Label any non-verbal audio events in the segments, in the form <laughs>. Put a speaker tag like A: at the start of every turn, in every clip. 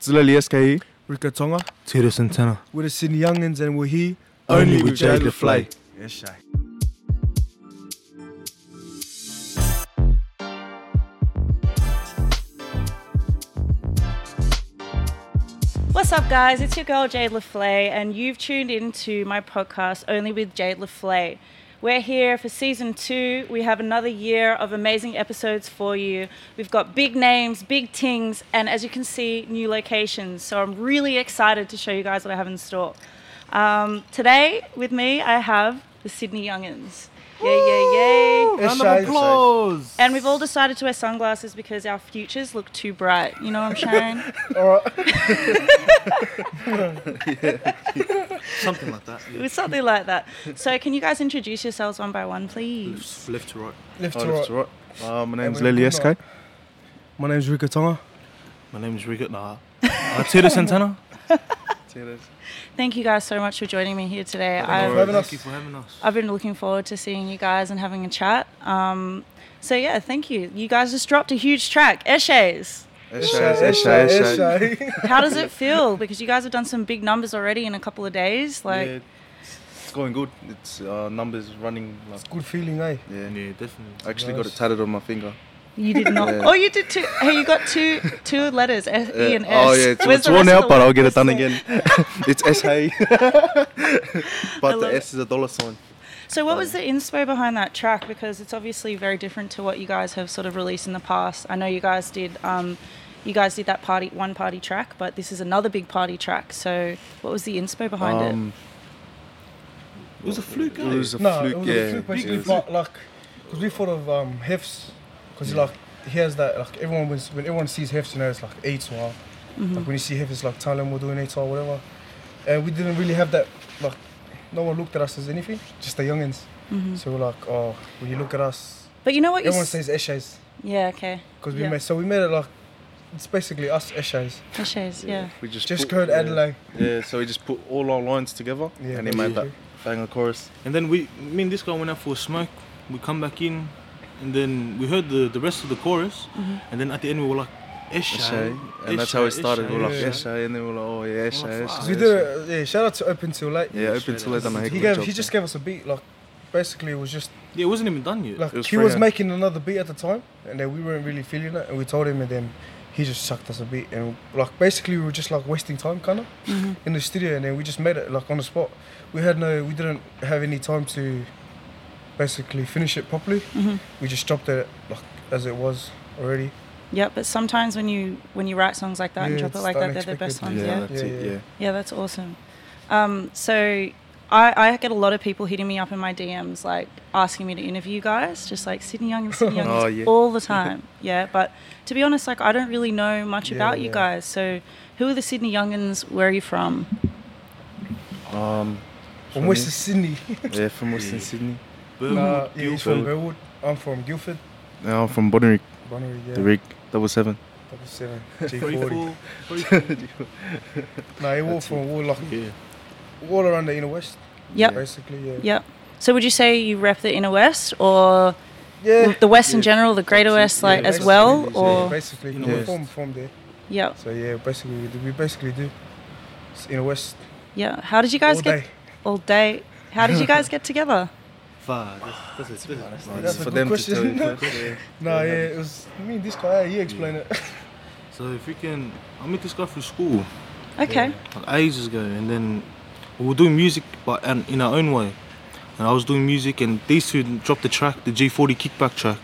A: Zilali SKE,
B: Rika Tonga.
C: Tito Santana.
B: We're the Sydney Youngins and we're here.
C: Only with Jay the Fly.
B: Yes, shy.
D: What's up, guys? It's your girl Jade LaFlay, and you've tuned in to my podcast Only with Jade LaFlay. We're here for season two. We have another year of amazing episodes for you. We've got big names, big things, and as you can see, new locations. So I'm really excited to show you guys what I have in store. Um, today, with me, I have the Sydney Youngins. Yay, yay, yay.
B: Round of applause.
D: And we've all decided to wear sunglasses because our futures look too bright. You know what I'm saying?
C: Something like that.
D: It was something like that. So, can you guys introduce yourselves one by one, please?
C: Left to right.
B: Left
A: Oh,
B: to
A: left
B: right.
A: to right. Uh, my name's
B: we're good
A: Lily
B: now.
A: SK.
B: My name's Rika Tonga.
C: My name is Rigot. Nah. Uh, Tito Santana.
D: Thank you guys so much for joining me here today.
B: you
D: I've,
B: having us.
C: Thank you for having us.
D: I've been looking forward to seeing you guys and having a chat. Um, so, yeah, thank you. You guys just dropped a huge track, Eshays. How
A: <laughs>
D: does it feel? Because you guys have done some big numbers already in a couple of days. Like,
A: Yeah, it's going good. It's uh, numbers running. Like,
B: <laughs> Good feeling, eh?
A: yeah.
C: Yeah, definitely.
A: I actually got
B: Nice.
A: it tatted on my finger.
D: you did not.
A: Yeah.
D: Oh, you did two. Hey, you got two two letters, S, E,
A: Yeah.
D: and S.
A: Oh yeah, it's,
D: Where's
A: it's
D: the
A: worn
D: rest of
A: out,
D: the
A: but I'll
D: word?
A: get it done
D: Where's the-
A: again. it's SA,
D: I
A: <laughs> but
D: love
A: the
D: it.
A: S is a dollar sign.
D: So, what was the inspo behind that track? Because it's obviously very different to what you guys have sort of released in the past. I know you guys did, um, you guys did that party one party track, but this is another big party track. So, what was the inspo behind
A: Um,
C: It was a fluke, eh?
A: it was a
B: No,
A: fluke.
B: it was
A: yeah,
B: a fluke, basically.
A: it was-
B: Like, like, because we thought of um, hefs, because like here's that like everyone was when everyone sees hefs, you know, it's like eight or
D: Mm-hmm.
B: like when you see hefs, it's like tell them we're doing eight or whatever, and we didn't really have that. Like, no one looked at us as anything, just the youngins.
A: Mm.
B: So we're like, oh, when you look at us,
D: Mm-hmm. But you know what? You
B: everyone
D: s-
B: says eshays,
D: yeah, okay.
B: because we
D: Yeah.
B: made so we made it like it's basically us eshays.
D: Cliches, yeah.
A: We just
B: Just
A: put-
B: code
A: yeah.
B: Adelaide.
A: Yeah, so we just put all our lines together
B: Yeah,
A: and then made that
B: basically.
A: banger chorus.
C: And then we, me and this guy went out for a smoke. We come back in, and then we heard the, the rest of the chorus.
D: Mm-hmm.
C: And then at the end, we were like, E.
A: Eshay.
C: Eshay.
A: And that's how it
C: Eshay,
A: started. We We're like,
B: Eshay.
A: Eshay, and then we we're like, oh, yeah, Eshay.
C: fuck.
A: Eshay,
B: 'Cause we
A: Eshay.
B: did a, yeah, shout out to Open Till Late.
A: Yeah, open till they done a heck
B: he
A: of a
B: gave
A: job,
B: he just
A: man.
B: gave us a beat like basically it was just
C: Yeah, it wasn't even done yet.
B: Like
A: It was
B: he was
A: Freya.
B: making another beat at the time, and then we weren't really feeling it, and we told him, and then he just sucked us a beat, and like basically we were just like wasting time, kind of,
D: Mm-hmm.
B: in the studio, and then we just made it like on the spot. We had no, we didn't have any time to basically finish it properly.
D: Mm-hmm.
B: We just dropped it like as it was already.
D: Yeah, but sometimes when you when you write songs like that and
B: Yeah,
D: drop it
B: it's
D: like that, they're the
B: unexpected.
D: best
A: Yeah,
D: ones. Yeah, yeah,
A: that's
B: Yeah,
A: it,
B: yeah.
A: yeah.
D: that's awesome. Um, so. I, I get a lot of people hitting me up in my DMs, like asking me to interview you guys, just like Sydney Young and Sydney Young
B: <laughs>
A: Oh, yeah.
D: all the time. <laughs> yeah, but to be honest, like I don't really know much
B: Yeah,
D: about you
B: yeah.
D: guys. So, who are the Sydney Youngins? Where are you from?
A: Um,
B: From
A: From
B: Western Sydney.
A: yeah, from Western Sydney.
B: Nah,
C: Burma,
B: yeah, he's
C: Guildford.
B: from Burwood. I'm from Guildford.
A: Now I'm from Bonnerick,
B: Bunnery, yeah.
A: the rig, double seven.
B: Double seven.
C: Three,
B: G40.
C: four, three, four.
B: No, he walked from all like
C: Yeah.
B: all around the inner west.
D: Yep.
B: Basically, yeah.
D: Yep. So would you say you rep the inner west or
B: Yeah.
D: the west in
C: Yeah.
D: general, the greater west, like
C: Yeah,
D: as
C: basically,
D: well,
C: yeah.
B: yeah,
D: or
B: basically
C: In
B: in
C: the
B: yeah.
C: West.
B: from from there.
D: yeah,
B: So yeah, basically we, do, we basically do It's in the West
D: yeah. How did you guys
B: all
D: get
B: day.
D: all day? How
B: <laughs>
D: did you guys get together?
C: Five. That's, that's it. That's it.
B: That's
A: It's
B: a
A: for
B: good
A: them
B: question.
A: to tell you. first, yeah.
B: No, yeah, it was me and this guy. He explained it.
C: <laughs> So if we can, I met this guy through school
D: Okay.
C: like ages ago, and then we were doing music, but and in our own way. And I was doing music, and these two dropped the track, the G40 kickback track.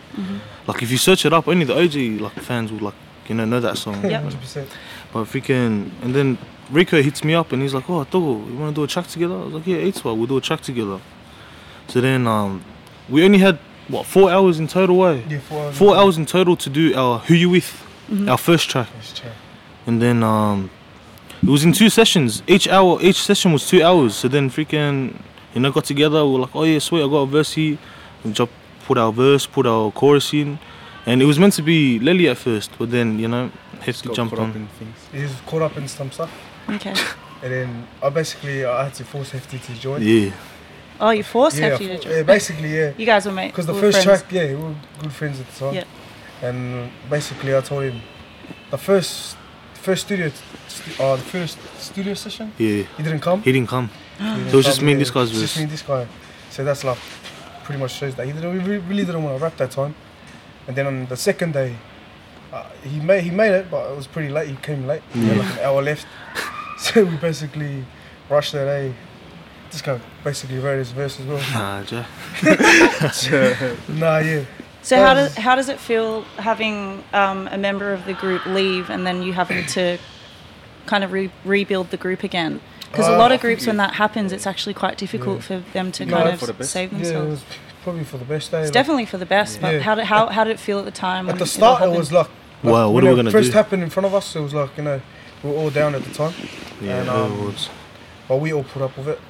C: Like if you search it up, only the OG like fans will like you know know that song.
D: Yep.
B: Hundred percent.
C: But freaking, and then Rico hits me up, and he's like, "Oh, Togo, you want to do a track together?" I was like, "Yeah, it's what we'll do a track together." So then um, we only had what four hours in total, eh?
B: Yeah, four hours.
C: Four hours in total to do our "Who You With," our first track.
B: Yes, chill.
C: And then um, it was in two sessions. Each hour, each session was two hours. So then freaking, you know, got together. We were like, oh yeah, sweet, I got a verse here. We just put our verse, put our chorus in, and it was meant to be Lily at first, but then you know, have
A: Just
C: to
A: got
C: jump
A: caught up
C: on.
A: in things.
B: He was caught up in some stuff,
D: Okay.
B: and then I basically I had to force hefty to join.
C: Yeah,
D: Oh, you forced
B: yeah,
D: Hefty to
B: yeah,
D: join.
B: basically, yeah.
D: You guys were mates.
B: Because the first track, yeah, we were good friends at the time.
D: Yeah.
B: And basically, I told him the first first studio, stu- uh, the first studio session,
C: Yeah,
B: he didn't come.
C: he didn't come.
B: He didn't
C: So it was just
B: come,
C: me and
B: yeah.
C: this guy's
B: It's Just
C: verse.
B: me and this guy. So that's like pretty much shows that he didn't, he really, really didn't want to rap that time. And then on the second day, uh, he made he made it, but it was pretty late. He came late. He had
C: Yeah.
B: like an hour left, <laughs> so we basically rushed that day. This guy basically wrote his verse as well. <laughs>
C: Nah, Jack.
B: nah, yeah.
D: So how
B: Um,
D: does how does it feel having um, a member of the group leave and then you having to kind of re- rebuild the group again? Because a
B: Uh,
D: lot
B: I
D: of
B: think
D: groups, when
A: you-
D: that happens, it's actually quite difficult for them to
B: No,
D: kind
A: for the
D: of
A: best.
D: save
B: Yeah, it
D: themselves.
B: was probably for the best day.
D: it's
B: like-
D: definitely for the best, but
B: Yeah.
D: how did how, how did it feel at the time?
B: At
D: when
B: the start, it
D: happened?
B: was like, like
C: Wow, what
B: when
C: are we
B: it
C: gonna
B: first
C: do?
B: happened in front of us, it was like you know we were all down at the time,
C: Yeah,
B: And, um,
C: awards.
B: but we all put up with it.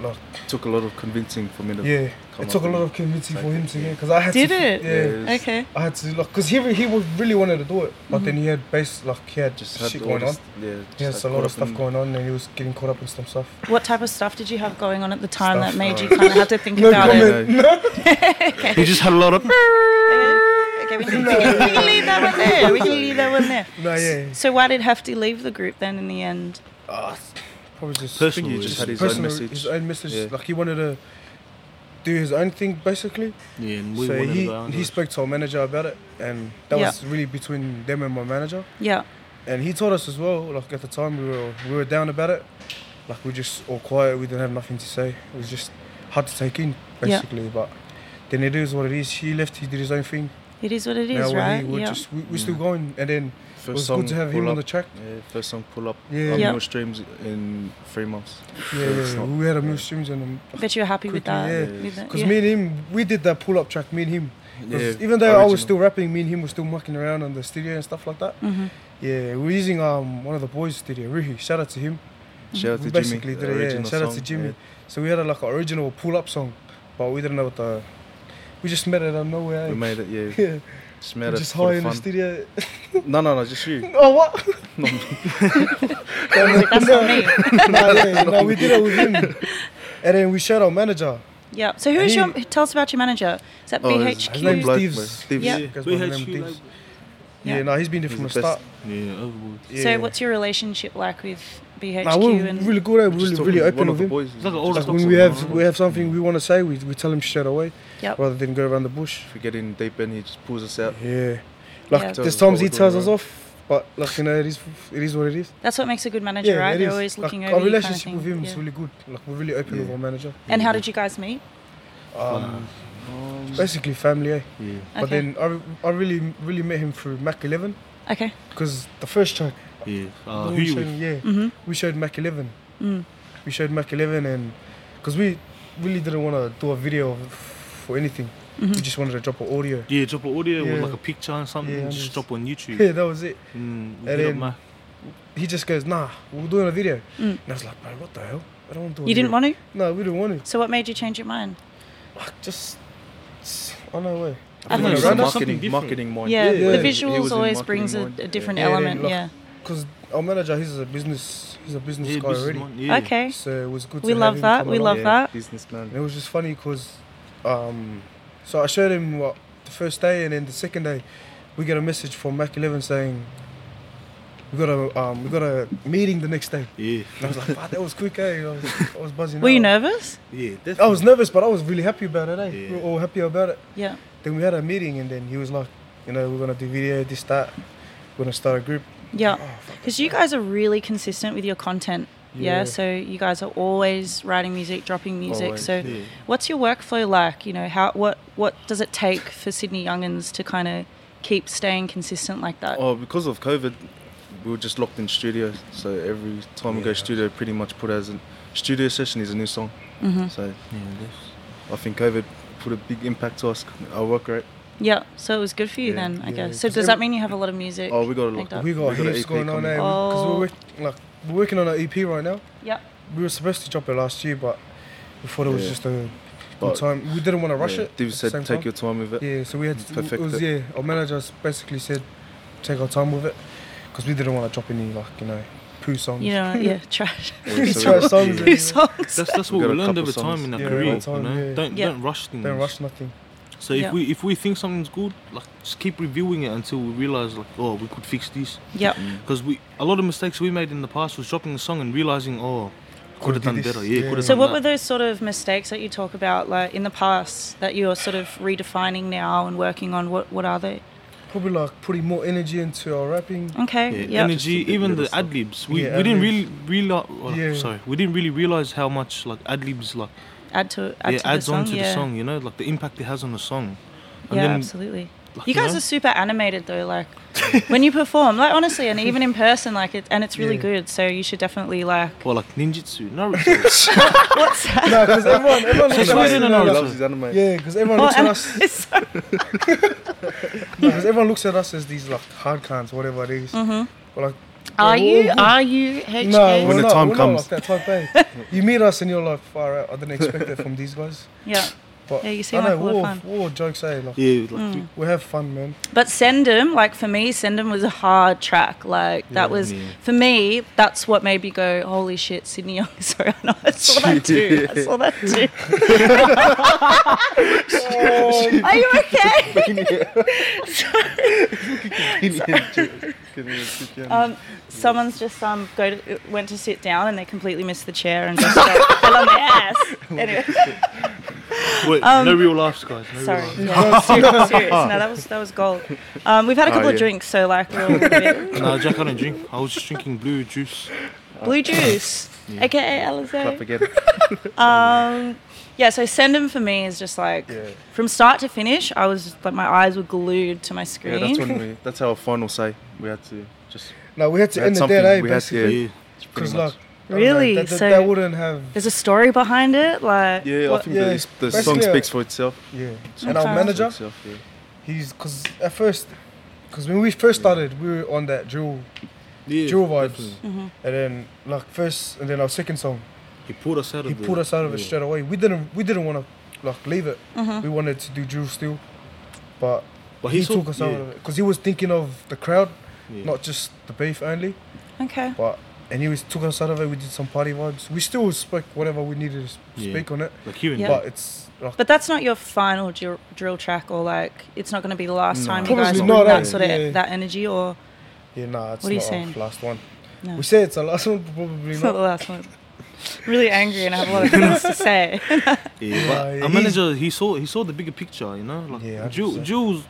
B: Like,
A: took a lot of convincing for me to
B: yeah,
A: come
B: it took
A: up
B: a lot
A: and-
B: of convincing for
A: Like,
B: him to
A: yeah.
B: get because I had
D: Did
B: to.
D: it?
B: Yeah,
A: Yeah.
D: okay.
B: I had to like because he re- he was really wanted to do it,
D: Mm-hmm.
B: but then he had base like he had
A: just had
B: shit
A: all
B: going on.
A: this- Yeah,
B: He
A: just
B: has a
A: had caught
B: lot of
A: up
B: stuff
A: in-
B: going on, and he was getting caught up in some stuff.
D: What type of stuff did you have going on at the time
B: Stuff,
D: that made you
A: uh,
D: kind of have to think
B: <laughs> No
D: about it?
B: comment. No.
C: He just had a lot of.
D: Okay,
B: <laughs>
D: we can, we can leave that one there. We can leave that one there.
B: No, <laughs> yeah.
D: So why did Hefty leave the group then in the end?
B: Ah, probably just
A: I think
C: Personal
A: he just
C: reasons.
A: had his own
B: personal-
A: message.
B: His own message.
A: Yeah.
B: Like he wanted to do his own thing, basically.
C: Yeah, and we
B: so
C: wanted
B: he,
C: to go out.
B: he spoke to our manager about it, and that
D: Yeah.
B: was really between them and my manager.
D: Yeah.
B: And he told us as well. Like at the time, we were we were down about it. Like we just all quiet. We didn't have nothing to say. It was just hard to take in,
D: Yeah.
B: basically. But then it is what it is. He left. He did his own thing.
D: It is what it is,
B: now we're
D: right?
B: here. We're
D: yeah.
B: just we, we're still
C: Mm.
B: going. And then
A: First
B: it was
A: song,
B: good to have
A: pull
B: him on
A: up.
B: the track.
A: Yeah, first song pull up.
B: Yeah.
A: Yeah,
D: Yeah.
A: no streams in three months.
B: Yeah,
A: So
B: yeah,
A: it's
B: yeah.
A: not-
B: we had a
A: yeah.
B: move streams and. um,
D: But you're happy with
B: Quickly,
D: that.
B: yeah.
D: with that,
B: Cause
D: yeah.
B: me and him, we did that pull-up track. Me and him, 'Cause
A: Yeah,
B: even though I
A: original.
B: was still rapping, me and him were still mucking around on the studio and stuff like that. <laughs>
D: Mhm.
B: Yeah, we're using um one of the boys' studio, Ruhi. Shout out to him.
A: Shout out
B: we
A: to
B: basically
A: Jimmy.
B: did it. Yeah,
A: original
B: shout out to
A: song,
B: Jimmy. So we had a, like an original pull-up song, but we didn't know what the. We just met it out of nowhere.
A: yeah.
B: eh?
A: We made it, yeah.
B: <laughs> yeah,
A: Just
B: we're
A: made it
B: just
A: for
B: high
A: the
B: in the
A: fun.
B: studio. <laughs>
A: No, no, no, just you.
B: oh what?
D: <laughs> That's not me.
B: <laughs> no, yeah, no, we did it
D: <laughs>
B: with him. And then we showed our manager.
D: Yeah. So who is your?
B: He-
D: Tell us about your manager. Is that
A: Oh, his- his name
D: BHQ?
A: Bloke,
B: Steve's-
A: bro. Steve's.
D: Yeah.
B: You guys
C: We
B: wanna
C: had
B: name
C: you,
B: Steve's?
C: like-
B: Yeah,
D: Yeah.
B: no, he's been there from the,
A: He's the
B: start.
A: best.
C: Yeah, overboard.
B: Yeah.
D: So what's your relationship like with BHQ
B: Nah, we're
D: and
B: really good. eh? We're
A: Just
B: really,
A: talking
B: really
A: to
B: open
A: one of
B: with
A: the
B: him.
A: boys.
C: It's like an older
B: Like
C: Talk
B: when
C: to
B: we
C: him,
B: have
C: right?
B: we have something we want to say, we, we tell him straight away
D: Yep.
B: rather than go around the bush.
A: If we get in deep end, he just pulls us out.
B: Yeah, like
D: Yeah.
B: there's
A: Tells us what
B: times
A: we're
B: he tells
A: doing
B: us off, but like you know, it is it is what it is.
D: That's what makes a good manager, right?
B: it
D: They're
B: is.
D: always looking
B: like,
D: over
B: Our
D: you
B: relationship
D: kind of
B: with
D: thing.
B: him
D: Yeah.
B: is really good. Like we're really open with
A: Yeah.
B: our manager.
D: And how did you guys meet?
B: Um,
A: Um,
B: basically family, eh?
C: Yeah.
B: But
D: Okay.
B: then I, re- I really really met him through Mac Eleven
D: Okay.
B: because the first track
C: Yeah. Uh,
B: we
C: who you
B: showed-
C: with?
B: yeah
D: Mhm.
B: we showed Mac Eleven.
D: Mm.
B: We showed Mac Eleven and because we really didn't want to do a video of, for anything. We
D: Hmm.
B: just wanted to drop an audio.
C: Yeah, drop an audio with
B: Yeah.
C: like a picture and something.
B: Yeah,
C: just
B: just-
C: drop on YouTube.
B: <laughs> Yeah, that was it.
C: Mm,
B: And
C: hit up
B: then-
C: my-
B: he just goes, nah, we're doing a video.
D: Mm.
B: And I was like, bro, what the hell? I don't want to do a
D: You didn't
B: video."
D: want to.
B: No, we didn't want
D: So what made you change your mind?
B: to. Like, just, eh? just on our way.
A: I think
D: I
A: it was
D: think
A: a
C: it's something
A: marketing,
C: different.
A: marketing mind.
D: Yeah,
B: Yeah.
D: the
A: was
B: It
A: in
D: visuals always
A: marketing
D: brings a,
A: mind,
D: a
A: yeah.
D: different
B: Yeah, yeah,
D: element.
B: like-
D: Yeah.
B: Because our manager, he's a business, he's a business
C: Yeah,
B: guy
C: business
B: already.
C: mind, yeah.
D: Okay.
B: So it was good
D: We
B: to
D: love
B: have
D: that,
B: Him come
D: e-, we
B: along.
D: love
A: yeah,
D: that.
B: And
A: Businessman.
B: it was just funny because, um, so I showed him what the first day and then the second day, we get a message from Mac Eleven saying, we got a um, we got a meeting the next day.
C: Yeah.
B: And I was like, wow, that was quick, eh? I was, I was buzzing.
D: Were you
B: out.
D: nervous?
C: Yeah.
B: I was nervous, but I was really happy about it, eh? We were
C: Yeah.
B: all happy about it.
D: Yeah.
B: Then we had a meeting, and then he was like, you know, we're gonna do video, this, that. We're gonna start a group.
D: Yeah.
B: Oh, fuck.
D: Because you guys are really consistent with your content. Yeah.
B: Yeah.
D: So you guys are always writing music, dropping music.
A: Always,
D: so
C: yeah.
D: what's your workflow like? You know, how what what does it take for Sydney Youngins to kind of keep staying consistent like that?
A: Oh, because of COVID, we were just locked in studio. So every time we go
B: Yeah.
A: studio, pretty much put as a studio session is a new song.
D: hmm
A: So
C: Yeah,
B: <laughs>
C: that's-
A: I think COVID put a big impact to us, our work rate.
D: Yeah. So it was good for you
A: Yeah,
D: then, I
B: yeah,
D: guess. So
B: because
D: does that
B: every-
D: mean you have a lot of music?
A: Oh, we got a lot.
D: Like that.
B: We got
A: an
B: heaps
A: EP
B: going on, eh?
A: coming.
B: Because
D: Oh.
B: we're, work, like, we're working on an EP right now.
D: yeah.
B: We were supposed to drop it last year, but we thought it was
A: Yeah.
B: just a good
A: But-
B: time. We didn't want to rush
A: yeah,
B: it.
A: Div
B: at the
A: said,
B: same
A: take
B: time.
A: your time with it.
B: Yeah, so we had to,
A: Perfect
B: it was,
A: it.
B: yeah, our manager s- basically said, take our time with it, because we didn't want to drop any, like, you know, poo songs.
D: You know, yeah, trash.
A: Yeah,
B: We <laughs>
A: so
B: tried
A: we-
B: songs
D: <laughs>
A: yeah.
B: and-
D: Two songs.
C: That's that's
A: We
C: what
A: got
C: we
A: a
C: learned
A: couple
C: over time
A: songs.
C: in our
B: Yeah,
C: career.
B: over time,
C: you know?
B: yeah.
C: Don't
D: Yeah.
A: Mm.
C: don't rush things.
B: Don't rush nothing.
C: So if
D: Yeah.
C: we if we think something's good, like just keep reviewing it until we realize like oh we could fix this
D: Yep.
C: because we a lot of mistakes we made in the past was dropping the song and realizing oh could have
B: Could've
C: done
B: did this,
C: better yeah,
B: yeah.
C: could have
D: So
C: done
D: what
C: that.
D: were those sort of mistakes that you talk about like in the past that you're sort of redefining now and working on? What what are they?
B: Probably like putting more energy into our rapping.
D: Okay.
C: yeah,
D: Yeah.
C: energy,
A: Just the
C: even
A: little
C: the
A: stuff.
C: ad libs. We,
B: Yeah,
C: we didn't really
B: ad-libs.
C: realize. Oh,
B: Yeah.
C: Sorry, we didn't really realize how much like ad libs like
D: Add to add
C: it
D: to
C: adds
D: the song.
C: on to
D: yeah.
C: the song. You know, like the impact it has on the song. And
D: yeah,
C: then,
D: absolutely.
C: like,
D: You guys
C: know,
D: are super animated though. Like when you perform, like honestly, and even in person, like it, and it's really
B: Yeah.
D: good. So you should definitely like.
C: or like ninjutsu,
D: <laughs>
C: Naruto.
D: What's that?
B: no, because everyone, everyone looks at
C: Sweden and
B: us.
A: He
B: you know,
C: Norway.
B: like-
C: Also-
A: loves his anime.
B: Yeah, because everyone
D: Oh,
B: looks at
D: and-
B: us.
D: <laughs> it's so-
B: Because everyone looks at us as these like hard cons, whatever it
D: Mm,
B: is. But, like,
E: Mm-hmm. Are
B: we're
E: you?
B: all good.
E: Are you? HK?
B: No,
A: When
B: we're
A: the
B: not,
A: time
B: we're
A: comes.
B: Not like that
D: <laughs>
B: type, eh? you meet us and you're like, far out. I didn't expect that from
D: <laughs>
B: these guys.
D: yeah.
B: But
D: Yeah, you
B: I
D: seem
B: know,
D: like a lot of
B: we're all,
D: fun. Mm.
B: we're all jokes, eh? Like,
C: yeah, like
B: We have fun, man.
D: But Sendem, like for me, Sendem was a hard track. Like that was
C: Yeah.
D: for me. That's what made me go, "Holy shit, Sydney Young!" <laughs> Sorry, I know I saw that too. I saw that too.
E: <laughs>
D: <laughs> Are you okay? Um, someone's just um go to, went to sit down and they completely missed the chair and just like, fell <laughs> on their ass. Anyway,
C: wait, no real laughs, guys. No
D: Mm. Um, sorry.
C: Real laughs.
D: Yeah, serious, serious. No, that was that was gold. Um, we've had a
A: Oh,
D: couple of
A: yeah.
D: drinks, so like we're all
C: <laughs>
D: a bit
C: No, Jack, I don't drink. I was just drinking blue juice.
D: blue juice,
C: Yeah.
D: aka Alizé.
A: Clap again.
D: Um, yeah, so send 'em for me is just like
B: Yeah.
D: from start to finish. I was like my eyes were glued to my
A: Yeah,
D: screen.
A: that's when we. That's how our final say. We had to just.
B: No, we had to
A: We had
B: end the
A: something-
B: day, eh?
A: we had
B: Basically,
A: to-
C: Yeah,
A: pretty
B: because
A: much.
B: like, I don't know,
D: Really?
B: that, that,
D: So-
B: that wouldn't have.
D: There's a story behind it, like
A: Yeah,
D: what-
A: I think
B: Yeah,
A: the, the song
B: basically, uh,
A: speaks for itself.
B: Yeah.
D: Song
B: And
A: Speaks
D: Okay.
B: our
A: for
B: manager,
A: itself, yeah.
B: he's because at first, because when we first started, we were on that drill,
C: yeah,
B: drill vibes,
C: definitely.
D: Mm-hmm.
B: and then like first, and then our second song,
C: He pulled us out of.
B: he
C: the-
B: pulled us out of it
C: yeah.
B: straight away. We didn't, we didn't want to like leave it.
D: Mm-hmm.
B: We wanted to do drill still, but
C: But
B: he,
C: he saw-
B: took us out
C: yeah.
B: of it because he was thinking of the crowd,
C: Yeah.
B: not just the beef only.
D: okay,
B: But and he was took us out of it. We did some party vibes. We still spoke whatever we needed to s-
C: Yeah.
B: speak on it.
C: Like you and
D: Yeah.
B: But it's like
D: but that's not your final drill, drill track, or like it's not going to be the last time you guys
B: Probably
D: put
B: not,
D: that
B: eh?
D: sort of
B: Yeah.
D: that energy,
B: <laughs>
D: or
B: yeah, nah, it's
D: What are you
B: not our
D: saying?
B: last one.
D: No.
B: We say it's our last one, <laughs> but probably
D: it's not <laughs> the
B: not.
D: last one. I'm really angry and I have a lot
B: <laughs>
D: of things
C: <laughs>
D: to say.
C: Yeah,
B: Yeah,
C: but
B: yeah,
C: our
B: he's-
C: manager, he saw he saw the bigger picture, you know. Like
B: Yeah,
C: Ju-
B: 100%.
C: Jules,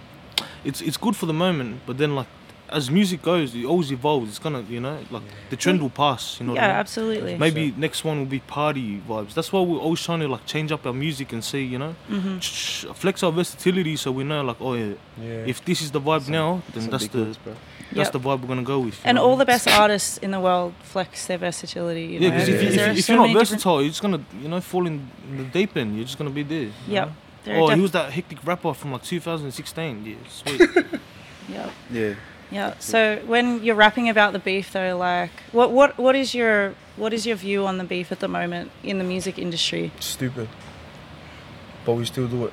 C: it's it's good for the moment, but then like as music goes, it always evolves. It's gonna, you know, like the trend will pass. You know. what I
D: Mm. yeah,
C: mean?
D: absolutely.
C: Maybe next one will be party vibes. That's why we're always trying to like change up our music and see, you know,
D: Mm-hmm.
C: sh- flex our versatility so we know like, oh yeah,
B: Yeah.
C: if this is the vibe now, then
A: Some
C: that's
A: big
C: the
A: ones, bro.
C: that's
D: Yep.
C: the vibe we're gonna go with. you
D: and
C: know
D: all
C: what
D: the
C: I mean?
D: best artists in the world flex their versatility. You
C: Yeah,
D: know?
C: because if, you,
D: there are
C: if, if
D: so
C: you're not
D: many different-
C: versatile, you're just gonna, you know, fall in the deep end. You're just gonna be there. you
D: Yep.
C: know?
D: There are
C: oh, he
D: def-
C: was that hectic rapper from like 2016. Yeah,
D: <laughs>
C: sweet.
D: yep.
A: Yeah.
D: Yeah. So when you're rapping about the beef, though, like, what what what is your what is your view on the beef at the moment in the music industry? <laughs>
B: Stupid. But we still
C: <laughs>
B: do it.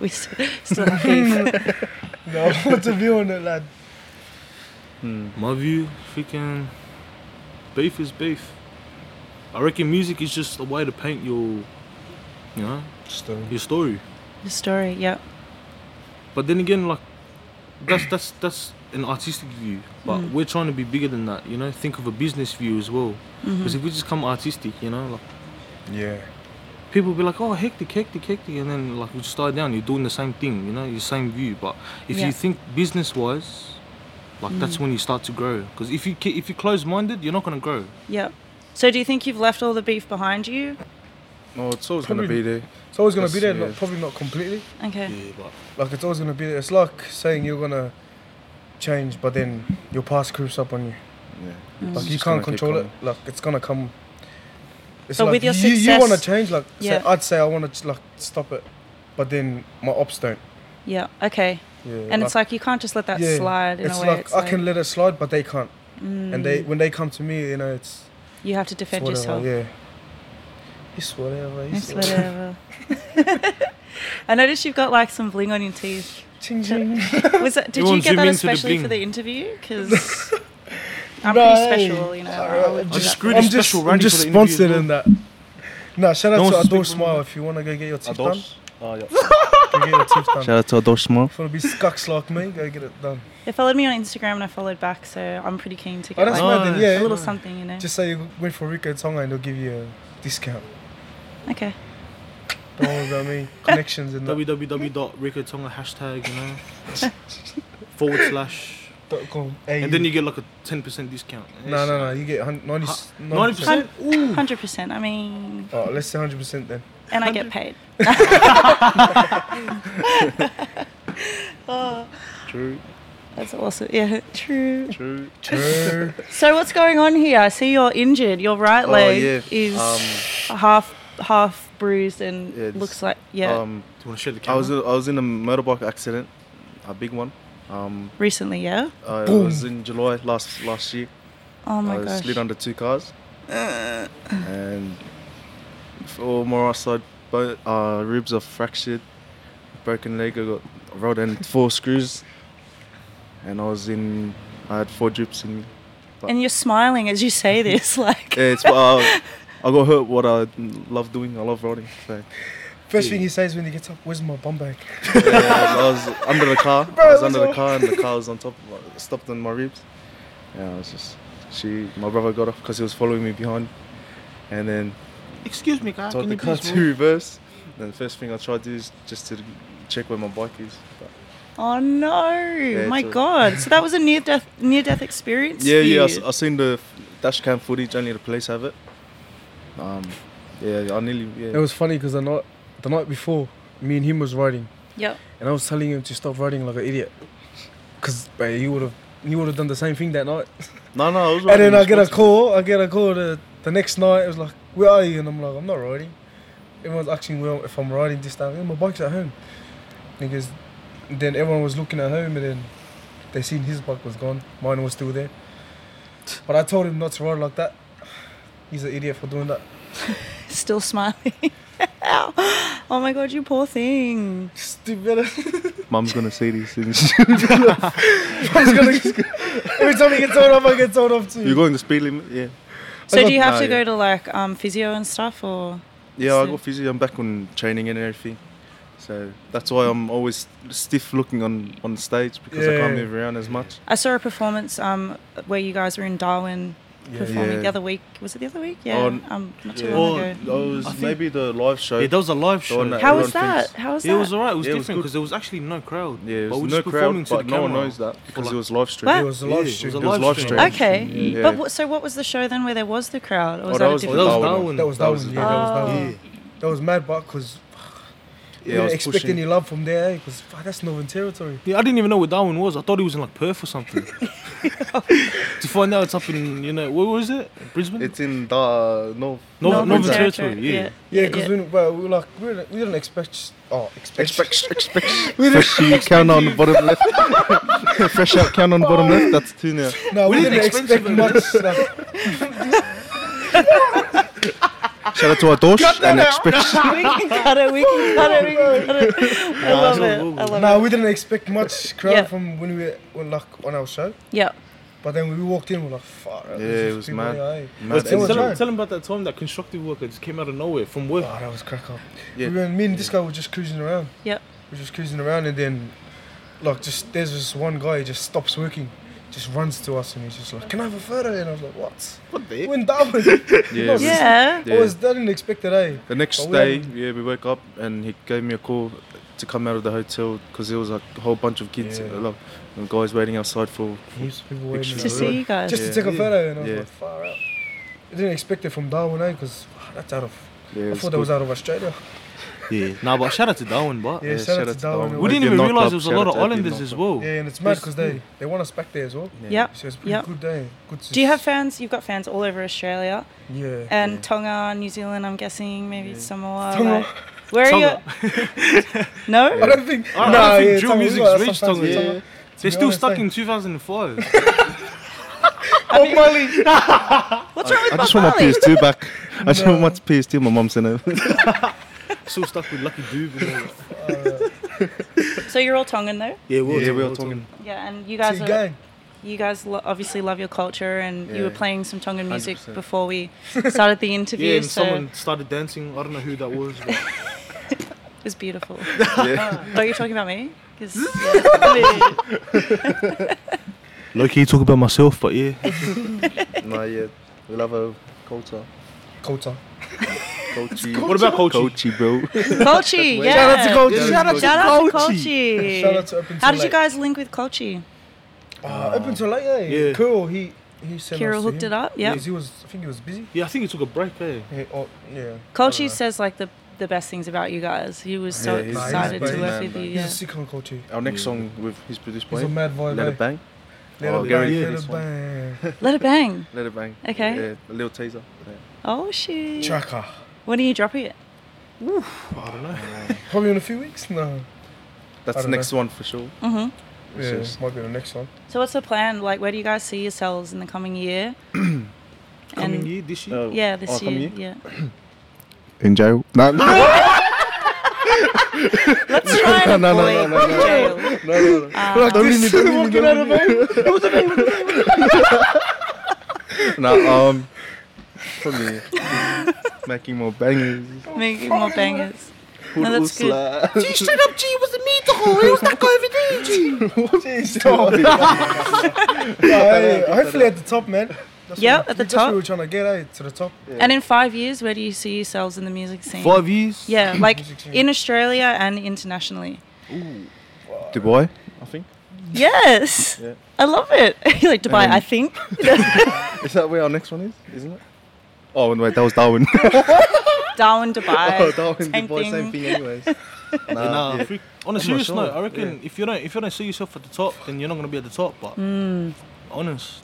D: We s- still have beef.
B: No, <laughs> what's a view on it, lad?
A: Hmm.
C: My view, freaking beef is beef. I reckon music is just a way to paint your, you know,
B: Still.
C: your story.
D: the story. Yeah.
C: But then again, like that's that's that's an artistic view. But we're trying to be bigger than that. You know, think of a business view as well.
D: Hmm. Mm-hmm.
C: Because if we just come artistic, you know, like
B: Yeah.
C: people be like, oh, hectic, hectic, hectic, and then like we just start down. You're doing the same thing, you know, your same view. But if
D: Yeah.
C: you think business wise, like that's when you start to grow. Because if you ki- if you're close minded, you're not gonna grow.
D: Yeah. So do you think you've left all the beef behind you?
A: No, Oh, it's always gonna be
B: Probably-
A: there.
B: It's always gonna
A: That's-
B: be there.
A: yeah.
B: Not, probably not completely.
D: Okay.
C: Yeah, but
B: Like it's always gonna be there. It's like saying you're gonna change, but then your past creeps up on you.
A: Yeah.
B: Like
D: Mm.
A: It's
B: you
A: just
B: can't
A: gonna keep
B: control it.
A: coming.
B: Like it's gonna come. It's
D: But
B: like
D: with your
B: you,
D: success-
B: you want to change. Like
D: Yeah.
B: say, I'd say I want to like stop it, but then my ops don't.
D: Yeah. Okay.
B: Yeah,
D: And it's like you can't just let that
B: yeah,
D: slide in
B: it's
D: a way.
B: like
D: it's
B: I
D: like mm,
B: can let it slide, but they can't. And they when they come to me, you know, it's,
D: you have to
B: it's
D: defend
B: whatever.
D: yourself.
B: Yeah. It's whatever. It's,
D: It's whatever. <laughs> I noticed you've got like some bling on your teeth.
B: Ching ching.
D: Was
C: <laughs>
D: that, did you
C: Everyone
D: get
C: zoom into
D: that
C: the
D: especially
C: bling.
D: for the interview? Because
B: <laughs>
D: I'm
B: No,
D: pretty
B: hey.
D: special, you know. I would do
C: just
D: that.
C: screwed
B: I'm
C: his
B: just,
C: special
B: I'm
C: Randy
B: just
C: for the interview
B: sponsored
C: as
B: in that. Nah, shout
C: No
B: out
C: one's
B: to
C: speaking
B: Adore
C: from
B: Smile if you want to go get your teeth done.
A: Ados. Oh, yeah.
B: to get your teeth done.
A: Shout out to Adoshma.
B: If you want to be scucks like me, go get it done.
D: They followed me on Instagram and I followed back, so I'm pretty keen to
B: Oh,
D: get
B: that's
D: like,
B: mad then,
C: Nice.
B: yeah.
D: a little something, you know.
B: Just say you went for Rico Tonga and they'll give you a discount.
D: okay.
B: Don't worry about me. Connections and that.
C: www.rikotonga hashtag, you know, forward slash,
B: Dot com. Hey,
C: and then you get like a 10% discount.
B: No, no, no. You get hun- 90,
C: Huh?
B: 90%.
C: 90%? Ooh.
D: Hundred percent. I mean,
B: Hmm. Oh, let's say 100% then.
D: and I
A: <laughs>
D: get paid. oh,
A: True,
D: that's awesome. Yeah, true.
A: true.
B: True.
D: So what's going on here? I see you're injured. Your right
A: Oh,
D: leg
A: yeah.
D: is
A: Um,
D: half half bruised and
A: Yeah, it's-
D: looks like yeah.
A: Um,
C: Do you want to share the
A: I
C: camera?
A: was in, I was in a motorbike accident, a big one. Um,
D: recently, yeah.
A: I
B: Boom.
A: was in July last last year.
D: Oh my
A: I
D: gosh. Uh.
A: slid under two cars, and all my right side both uh, ribs are fractured. Broken leg. I got rolled in four screws, and I was in. I had four drips in me.
D: and you're smiling as you
A: <laughs>
D: say this, like
A: Yeah, it's uh, I got hurt. What I love doing. I love riding. So
B: First thing he says when he gets up, where's my bum bag?
A: yeah, I, was, I was under the car.
B: Bro,
A: I was
B: that's
A: under the
B: all-
A: car, and the car was on
B: <laughs>
A: top. Of my, stopped on my ribs. Yeah, I was just. She, my brother got off because he was following me behind, and then
C: Excuse me, guy.
A: told
C: Can
A: the
C: you
A: car
C: please
A: to
C: move?
A: reverse. Then the first thing I tried to do is just to check where my bike is. But
D: Oh no!
A: it's
D: My
A: a-
D: God! So that was a near death near death experience.
A: yeah,
D: for
A: yeah, I,
D: you?
A: s- I seen the dash cam footage. Only the police have it. Um, yeah, I nearly.
B: It
A: Yeah,
B: was funny because the night, the night before, me and him was riding,
D: Yep.
B: and I was telling him to stop riding like an idiot, because he would have, he would have done the same thing that night.
A: no, no, I was.
B: And then
A: riding
B: I get a
A: responsible.
B: call, I get a call the, the next night. It was like, where are you? And I'm like, I'm not riding. Everyone's asking well if I'm riding this time. Yeah, my bike's at home. And he goes, then everyone was looking at home, and then they seen his bike was gone. Mine was still there. But I told him not to ride like that. He's an idiot for doing that.
D: Still smiling. <laughs> Ow. oh my God! You poor thing.
B: Stupid. <laughs>
A: Mum's gonna see this.
B: I was gonna- <laughs> Every time he gets told off, I get told off too.
A: You're going the speed limit. Yeah.
D: So
B: got-
D: do you have
A: Nah,
D: to
A: yeah.
D: go to like um, physio and stuff, or
A: Yeah, I
D: So-
A: got physio. I'm back on training and everything. So that's why I'm always stiff looking on, on stage because I can't
B: Yeah.
A: move around as much.
D: I saw a performance um, where you guys were in Darwin performing
A: yeah.
D: the other week. Was it the other week? Yeah.
A: On-
D: um, not too
A: Yeah.
D: long
A: Or
D: ago.
A: it was
C: I think-
A: maybe the live show.
C: Yeah, that was a live
A: The one
C: show.
A: that
D: How was
A: everyone
D: that?
A: thinks-
D: How was
C: Yeah,
D: that?
C: it was alright. It was
A: Yeah, it was
C: different
A: good.
C: because there was actually no crowd.
A: yeah, it
C: but
A: was
C: we were
A: no
C: just performing
A: crowd,
C: to
A: but
C: the
A: no
C: camera.
A: one knows that because
C: like-
A: it was live stream.
D: What?
B: It was a
C: Yeah,
B: live
C: it
B: stream.
C: was a
A: It was live stream.
D: okay.
A: Yeah.
D: But what, so what was the show then where there was the crowd? Or was
A: Oh,
D: that,
A: that
D: a
A: was the
C: Oh,
D: different?
C: that was
A: Darwin
C: Darwin.
A: one.
B: That was
A: That
B: that,
A: was
B: one.
A: the-
B: Yeah, that was that
D: Oh.
B: one. That was mad, but because
A: Yeah, I
B: we didn't
A: was
B: expect
A: pushing.
B: any love from there because that's Northern Territory.
C: Yeah, I didn't even know where Darwin was. I thought he was in like Perth or something. <laughs> to find out it's up in you know where was it? Brisbane.
A: It's in the north.
C: Nor-
D: Northern
C: Northern
A: Queensland.
C: Territory, yeah.
B: Yeah, because we, well, we were like we didn't, we didn't expect. Oh, expect.
A: Expect, expect. <laughs> Fresh you count on the bottom left. <laughs> Fresh out count on the bottom left. That's two now.
B: No, we,
C: We
B: didn't
C: didn't
B: expect,
C: expect
B: <laughs> much. like,
A: Shout out to our Dosh and expect.
D: <laughs> we can cut it. We can cut it. We can
A: <laughs>
D: cut it. I love it. I love
B: no,
D: it.
B: we didn't expect much crowd
D: Yeah.
B: from when we were when, like on our show.
D: Yeah.
B: But then when we walked in, we we're like, fuck.
A: Yeah, it was mad.
B: Hey.
C: Well,
A: Mad
B: it
C: tell,
B: was
A: energy.
C: tell,
B: right.
C: tell him about that time that constructive worker just came out of nowhere from work.
B: Oh, that was crack up.
A: Yeah.
B: We were, me and this guy were just cruising around.
D: Yep.
B: We're just cruising around, and then, like, just there's this one guy who just stops working, just runs to us, and he's just like, "Can I have a photo?" And I was like, "What?
C: What the
B: When that was, I was-
D: Yeah.
B: I was I didn't expect that, eh?
A: The next
B: But we
A: day,
B: haven't-
A: yeah, we woke up and he gave me a call to come out of the hotel because there was like, a whole bunch of kids,
B: Yeah.
A: a lot of guys waiting outside for.
B: Heaps of people waiting.
A: Pictures.
D: To see you guys.
B: just
A: Yeah.
B: to take a
C: Yeah.
B: photo, and I was
A: Yeah.
B: like, far out. I didn't expect it from Darwin, eh? Because that's out of.
A: Yeah,
B: I thought that was out of Australia.
C: Yeah. Nah, but shout out to Darwin, but
B: Yeah, shout, out to Darwin.
A: Darwin.
C: we didn't
A: Opium
C: even
A: Knock
C: realize
A: Club,
C: there was a
A: shout
C: lot
A: out
C: of
A: to Opium
C: islanders
A: Knock
C: as
A: Club.
C: well.
B: Yeah, and it's mad because they, they want us back there as well.
D: Yep.
B: So it's pretty
D: Yep.
B: good day. Good to
D: Do you have fans? You've got fans all over Australia
B: Yeah.
D: and Tonga, New Zealand. I'm guessing maybe Samoa.
B: Tonga.
D: like- where
C: Tonga.
D: are you? no.
B: <laughs> I don't think.
C: I don't
B: nah,
C: think
B: yeah,
C: drill
B: Tonga-
C: music's
B: we got
C: reached
B: some fans
C: Tonga.
B: in
A: Yeah.
C: They're
B: To be
C: still
B: honest,
C: stuck
B: eh?
C: in 2005.
D: Oh, What's wrong
A: I
D: with
A: just want
D: Bob
A: my
B: <laughs>
D: Marley?
A: PS2 back. I just want
B: No.
A: my PS2. My mum
B: <laughs>
A: sent it.
C: still stuck with Lucky Dube. And all that.
D: So you're all Tongan though.
C: Yeah,
A: were Yeah, we were talking.
D: Yeah, and you
B: It's
D: guys
B: a
D: are,
B: gang.
D: you guys lo- obviously love your culture, and you were
A: Yeah.
D: playing some Tongan music
A: 100%.
D: before
B: <laughs>
D: we started the
C: Yeah,
D: interview.
C: and <laughs>
D: so
C: someone started dancing. I don't know who that was. But
D: was
B: <laughs>
D: beautiful. Oh,
A: yeah.
D: Are you talking about me? 'Cause- yeah.
C: Low key talk about myself, but yeah.
A: nah, yeah. We love a culture.
B: Kota.
A: Kochi.
C: What about culture?
A: Kochi, bro?
D: Kochi, yeah.
B: Shout out to Kochi.
A: Yeah,
B: Shout out to
D: Shout out to Kochi.
B: Shout out to Open
D: How
B: Till
D: did you
B: Late.
D: guys link with Kochi?
B: Uh, open to late, eh?
C: yeah.
B: Cool. He he sent
D: Kirill
B: us to
D: hooked
B: him.
D: it up. Yep.
B: 'Cause He was. I think he was busy.
C: Yeah, I think you took a break, eh?
B: Yeah. Oh, yeah.
D: Kochi says like the the best things about you guys. He was so
A: Yeah, he's-
B: he's
D: excited
B: a
D: to work
A: man,
D: with you.
A: man.
B: He's
D: Yeah.
B: a sick on Kochi.
A: Our next song with he's produced by
B: He's a
A: him.
B: mad vibe.
A: Let
B: eh?
A: it bang.
B: Let
A: Oh,
B: it
A: Gary
B: bang.
A: did
B: Let
A: this
B: it bang.
D: Let it bang.
A: Let it bang.
D: Okay.
A: Yeah, a little taser. Yeah.
D: Oh shit.
B: Tracker.
D: When are you dropping it?
B: Probably in a few weeks. No. I
A: That's the
B: don't
A: next one for sure.
D: hmm
B: Yeah.
A: Yes.
B: Might be the next one.
D: So what's the plan? Like, where do you guys see yourselves in the
A: <clears throat>
D: coming year?
C: Coming year, this <laughs>
A: <laughs>
C: year.
A: Uh,
D: Yeah, this
A: oh, come
D: year.
A: here.
D: Yeah.
A: <clears throat> In jail. No, no, no,
D: <laughs> Let's try and
A: no, no,
D: avoid
A: no, no.
D: jail.
A: no, no.
D: Uh,
A: Don't leave me, don't leave me, don't leave me. Nah, um, probably making more bangers.
D: making more bangers. No, that's good.
A: Straight up, G was the meat <laughs>
B: Hey, hopefully at the top, man. That's
D: Yeah,
B: what-
D: at the
B: that's what
D: top.
B: we were trying to get, eh? To the top.
D: And in five years, where do you see yourselves in the music scene?
C: Five years.
A: <clears throat>
D: Yeah, like
B: Music scene.
D: in Australia and internationally.
A: Dubai, I think.
D: Yes.
A: Yeah.
D: I love it. <laughs> You're like Dubai,
A: And-
D: I think.
A: Is that where our next one is? Isn't it? Oh, and wait, that was
D: <laughs>
A: Darwin.
D: Darwin, Dubai.
A: <laughs> oh, Darwin,
D: same
A: Dubai,
D: thing.
A: same thing, anyways.
C: Yeah,
A: <laughs> Nah,
C: nah,
A: yeah.
C: freak- On a
A: not
C: serious
A: sure.
C: note, I reckon if you don't if you don't see yourself at the top, then you're not gonna be at the top. But
D: Hmm.
C: honest,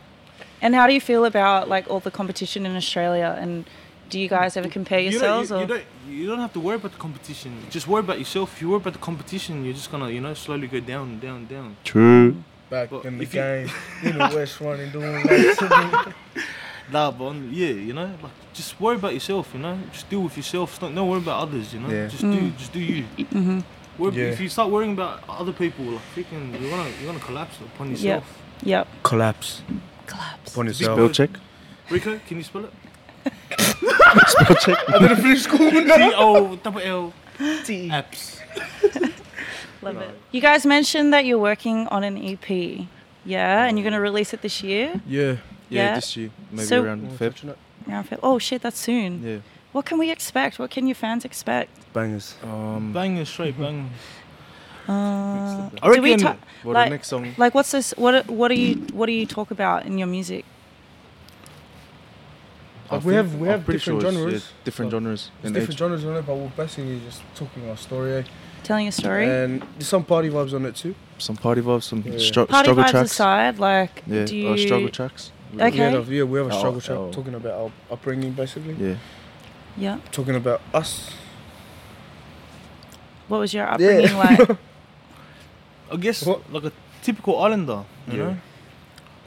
D: And how do you feel about like all the competition in Australia? And do you guys ever compare
C: you don't,
D: yourselves?
C: you, you
D: or
C: don't you don't have to worry about the competition. Just worry about yourself. If you worry about the competition, you're just gonna you know slowly go down, down, down.
A: True.
B: Back
C: But
B: in the
C: if you-
B: game. in the West running, doing like
C: Nah, but on, yeah, you know, like just worry about yourself. You know, just deal with yourself. Don't, don't worry about others. You know,
A: Yeah.
C: just
D: Hmm.
C: do just do you. Mm-hmm. Worry,
B: Yeah.
C: If you start worrying about other people, like freaking, you're gonna you're gonna collapse upon yourself.
D: Yep.
B: Collapse.
D: Collapse.
B: Upon
A: Bill check.
C: Rico, can you spell it?
A: Bill
C: <laughs>
A: check.
C: T O double L
B: T.
C: apps.
D: Love it. You guys mentioned that you're working on an EP. Yeah, and you're gonna release it this year.
A: Yeah.
D: Yeah.
A: Yeah, this year. Maybe
D: So-
A: around Feb.
D: Around Feb- Oh shit, that's soon.
A: Yeah.
D: What can we expect? What can your fans expect?
B: Bangers.
A: Um,
C: Banging straight banging.
D: Uh,
A: Excellent.
C: I
D: do we
C: reckon-
D: ta-
A: well,
D: like-
A: the next song.
D: like what's this? What what do you what do you talk about in your music?
A: I
B: we have-
A: think-
B: we
A: I'm
B: have
A: pretty
B: different
A: it's,
B: genres.
A: yeah, different
B: So,
A: genres.
B: It's
A: and
B: different
A: age.
B: genres on it, but we're basically just talking our story. eh?
D: Telling a story.
A: Uh,
B: And there's some party vibes on it too.
A: Some party vibes, some
B: Yeah.
A: stru-
D: Party
A: struggle
D: vibes
A: tracks.
D: aside, like
A: Yeah,
D: do you
A: uh, struggle tracks.
D: Okay.
B: Yeah, no, yeah, we have a
A: Our-
B: struggle track
A: our-
B: talking about our upbringing basically.
A: Oh, Yeah.
D: Yeah.
B: Talking about us.
D: What was your upbringing like?
A: <laughs>
C: I guess
B: What?
C: like a typical islander, you know.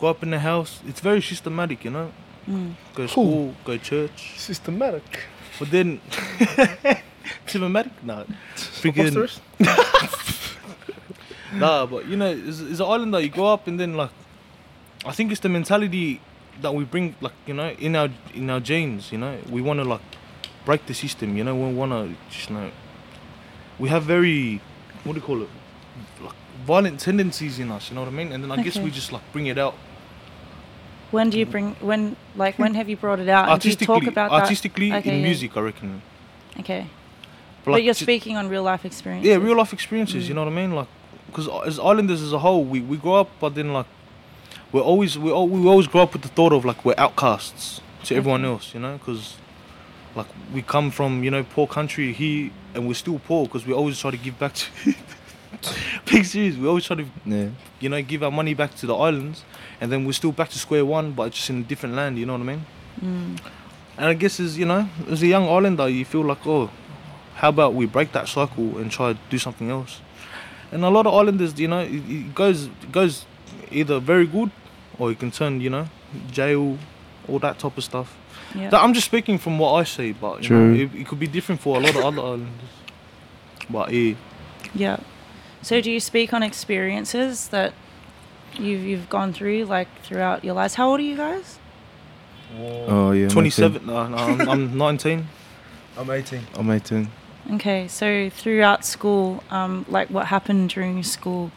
C: Go up in the house. It's very systematic, you know.
D: Mm.
C: Go to school, go to church.
B: Systematic.
C: But then <laughs> systematic? No. Freaking
B: Preposterous.
C: Nah, but you know, it's, it's an islander, you grow up and then like I think it's the mentality that we bring like, you know, in our in our genes, you know. We wanna like break the system, you know, we wanna just you know we have very what do you call it? Like violent tendencies in us, you know what I mean? And then I guess
D: Okay. Uh,
C: we just like bring it out
D: when do you bring when like when have you brought it out? And do you
C: artistically
D: talk about
C: artistically
D: Okay,
C: in
D: yeah.
C: music I reckon.
D: that? Okay.
C: But,
D: But,
C: like,
D: you're
C: ju-
D: speaking on real life experiences.
C: Yeah, real life experiences. You know what I mean? Like, because as islanders as a whole, we, we grow up, but then like, we're always we al- we always grow up with the thought of like we're outcasts to everyone else. You know, because like we come from you know poor country here, and we're still poor because we always try to give back to. <laughs> Big serious. We always try to
A: Yeah.
C: you know give our money back to the islands, and then we're still back to square one, but just in a different land. You know what I mean?
D: Mm.
C: And I guess as you know, as a young islander, you feel like, oh, how about we break that cycle and try to do something else? And a lot of islanders, you know, it, it goes it goes either very good, or you can turn, you know, jail, all that type of stuff.
D: Yeah.
C: That- I'm just speaking from what I see, but you
A: True.
C: know, it, it could be different for a lot of other islanders. But yeah,
D: yeah. So do you speak on experiences that you've you've gone through like throughout your lives? How old are you guys?
B: Whoa.
A: Oh yeah. I'm <laughs>
C: 27. No, no, I'm, I'm 19.
B: 18. I'm 18.
A: I'm 18.
D: Okay, so throughout school, um, like what happened during school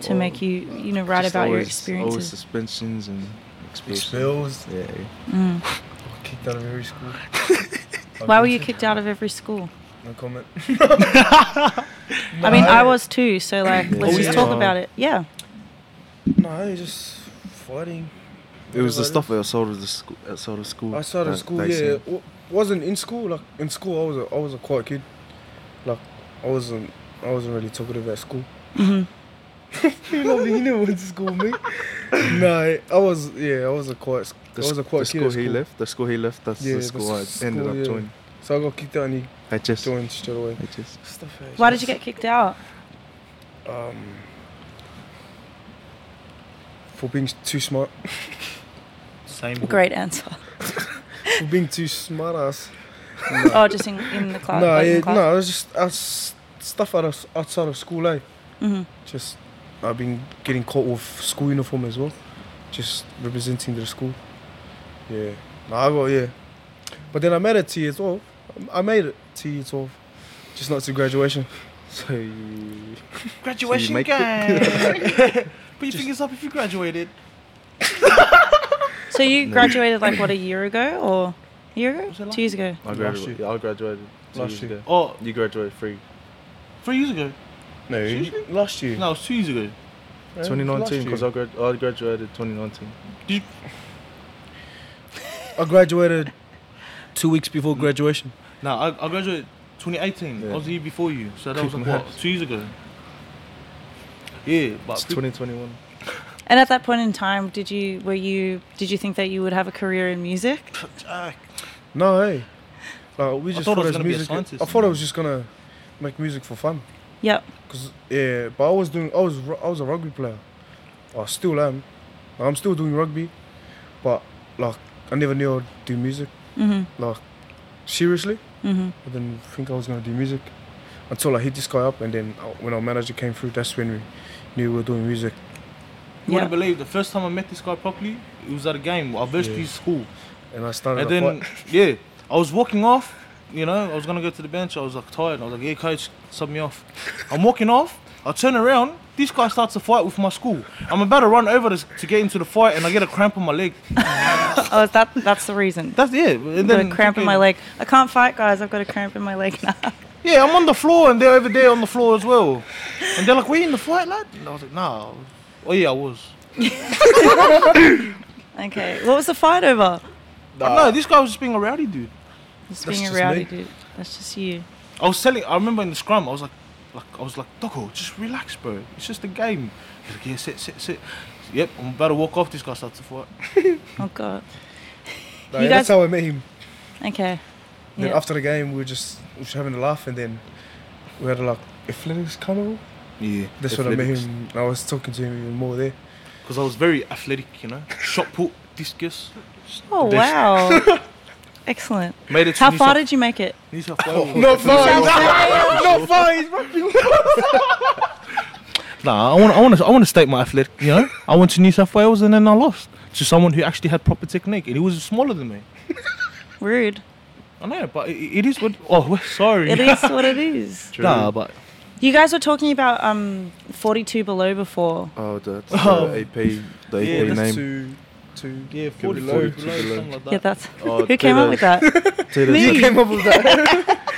D: to
A: Well,
D: make you, you know, write
A: Just
D: about your
A: always- Always
D: experiences?
A: suspensions and expulsions.
B: Expels,
A: Yeah. yeah.
D: Mm.
B: kicked out of
A: <laughs>
B: every school.
D: Why were you kicked out of every school?
B: No comment.
D: <laughs>
B: <laughs>
D: I mean, I was too, so like,
A: Yeah.
D: let's
B: Oh,
D: just
B: yeah.
D: talk about it. Yeah.
B: No, it was just fighting.
A: It was the
B: Like-
A: stuff outside of the school. Outside of school.
B: Outside of
A: that-
B: school,
A: that
B: yeah.
A: scene.
B: W- wasn't in school. Like in school, I was a, I was a quiet kid. Like I wasn't I wasn't really talkative at school. <laughs>
D: hmm
B: you know, you never went to school,
A: <laughs>
B: mate. no, I was yeah, I was a quiet. s-
A: The,
B: I was
A: sc-
B: a quiet
A: the
B: kid.
A: school
B: at
A: he left. The school he left. That's
B: Yeah,
A: the
B: the
A: school I
B: s-
A: ended
B: school,
A: up
B: yeah.
A: joining.
B: So I got kicked out and he
A: I just.
B: joined straight away.
A: I just.
B: Stuff. eh,
D: Why did you
B: just-
D: get kicked out?
B: Um, for being s- too smart.
C: Same.
D: Great answer.
B: for being too smart ass.
D: Oh, just in, in the class.
B: no,
D: like in
B: yeah,
D: class?
B: no, it was just us stuff out of, outside of school, eh?
D: Mhm.
B: Just I've been getting caught with school uniform as well, just representing the school. Yeah, no, I got yeah, but then I made it to year twelve. I made it to year twelve, just not to graduation. <laughs>
A: So. You,
E: Graduation
A: make it.
E: gang. <laughs> Put your fingers up if you graduated.
D: So you
A: No.
D: graduated like what a year ago or a year
E: Was it
D: ago?
E: like-
D: Two years ago.
A: I
B: Last
A: graduated.
B: year.
A: I graduated. Two
B: Last
A: years
B: year.
A: ago.
C: Oh,
A: You graduated three.
E: Three years ago.
B: No,
E: Seriously?
B: last year.
C: no, it was two years ago.
B: Eh,
A: 2019
B: last
A: because
B: year.
A: I, grad- I graduated 2019.
B: I graduated two weeks before graduation.
C: No, I, I graduated 2018.
A: Yeah.
C: I was the year before you, so that was like what
A: Congrats.
C: two years ago. Yeah, but
A: It's 2021.
D: And at that point in time, did you were you did you think that you would have a career in music?
C: Ah,
E: Jack.
B: No, hey, like we
C: I
B: just
C: thought I
B: thought,
C: was
B: it was
C: gonna be a
B: music.
C: scientist.
B: I thought I was just gonna make music for fun.
D: Yep.
B: Cause yeah, but I was doing. I was ru- I was a rugby player. I still am. Like, I'm still doing rugby, but like I never knew I'd do music.
D: Mhm.
B: Like seriously,
D: Mhm.
B: I didn't think I was gonna do music until I hit this guy up, and then uh, when our manager came through, that's when we knew we were doing music.
C: you
D: Yeah.
C: wouldn't believe the first time I met this guy properly, it was at a game. I versed
B: Yeah.
C: his school,
B: And I started.
C: and
B: a
C: then
B: fight.
C: <laughs> yeah, I was walking off. You know, I was gonna go to the bench. I was like tired. I was like, yeah, coach, sub me off. I'm walking off. I turn around. This guy starts a fight with my school. I'm about to run over to, to get into the fight, and I get a cramp on my leg.
D: Oh, is that that's the reason.
C: That's it. <laughs> And
D: The
C: then
D: cramp in my
C: freaking-
D: leg. I can't fight, guys. I've got a cramp in my leg now. <laughs>
C: Yeah, I'm on the floor and they're over there on the floor as well. And they're like, we in the fight, lad? And I was like, nah. Oh yeah, I was.
D: Okay. What was the fight over?
C: But no, this guy was just being a rowdy dude.
D: Just
B: That's
D: being a
B: just
D: rowdy
B: me.
D: dude. That's just you.
C: I was telling, I remember in the scrum, I was like, like I was like, Doco, just relax, bro. It's just a game. He's like, yeah, sit, sit, sit. Yep, I'm about to walk off. This guy starts to fight.
D: Oh god.
B: Like,
D: you guys-
B: that's how I met him.
D: Okay.
B: Then
D: Yeah.
B: after the game, we were just we were just having a laugh, and then we had a like athletics carnival.
C: Yeah,
B: That's when I met
A: Athletics.
B: him. I was talking to him even more there.
C: because I was very athletic, you know. Shot put, discus,
D: Oh
C: This-
D: wow. Excellent.
C: made it. To
D: How
C: New
D: far
C: South,
D: did you make it?
C: New
B: <laughs>
C: South Wales?
B: fine.
D: Not
C: Nah, I want, I want to, I want to state my athletic. You know, I went to New South Wales and then I lost to someone who actually had proper technique and he was smaller than me.
D: Rude.
C: I know, but it, it is what. Oh, we're sorry.
D: It is what it is.
C: Nah, but
D: You guys were talking about um 42 below before.
A: Oh,
B: <laughs>
A: that's
C: Oh.
A: the AP. The AP
C: Yeah, that's
A: name.
B: Two, two.
C: yeah,
A: Could
C: forty
A: be
C: below,
A: 42
C: below,
A: below.
C: something like that.
D: Yeah, that's
A: Oh,
D: who came up with that.
A: Tito's,
D: Me.
A: Tito's,
D: came
B: up with <laughs> that?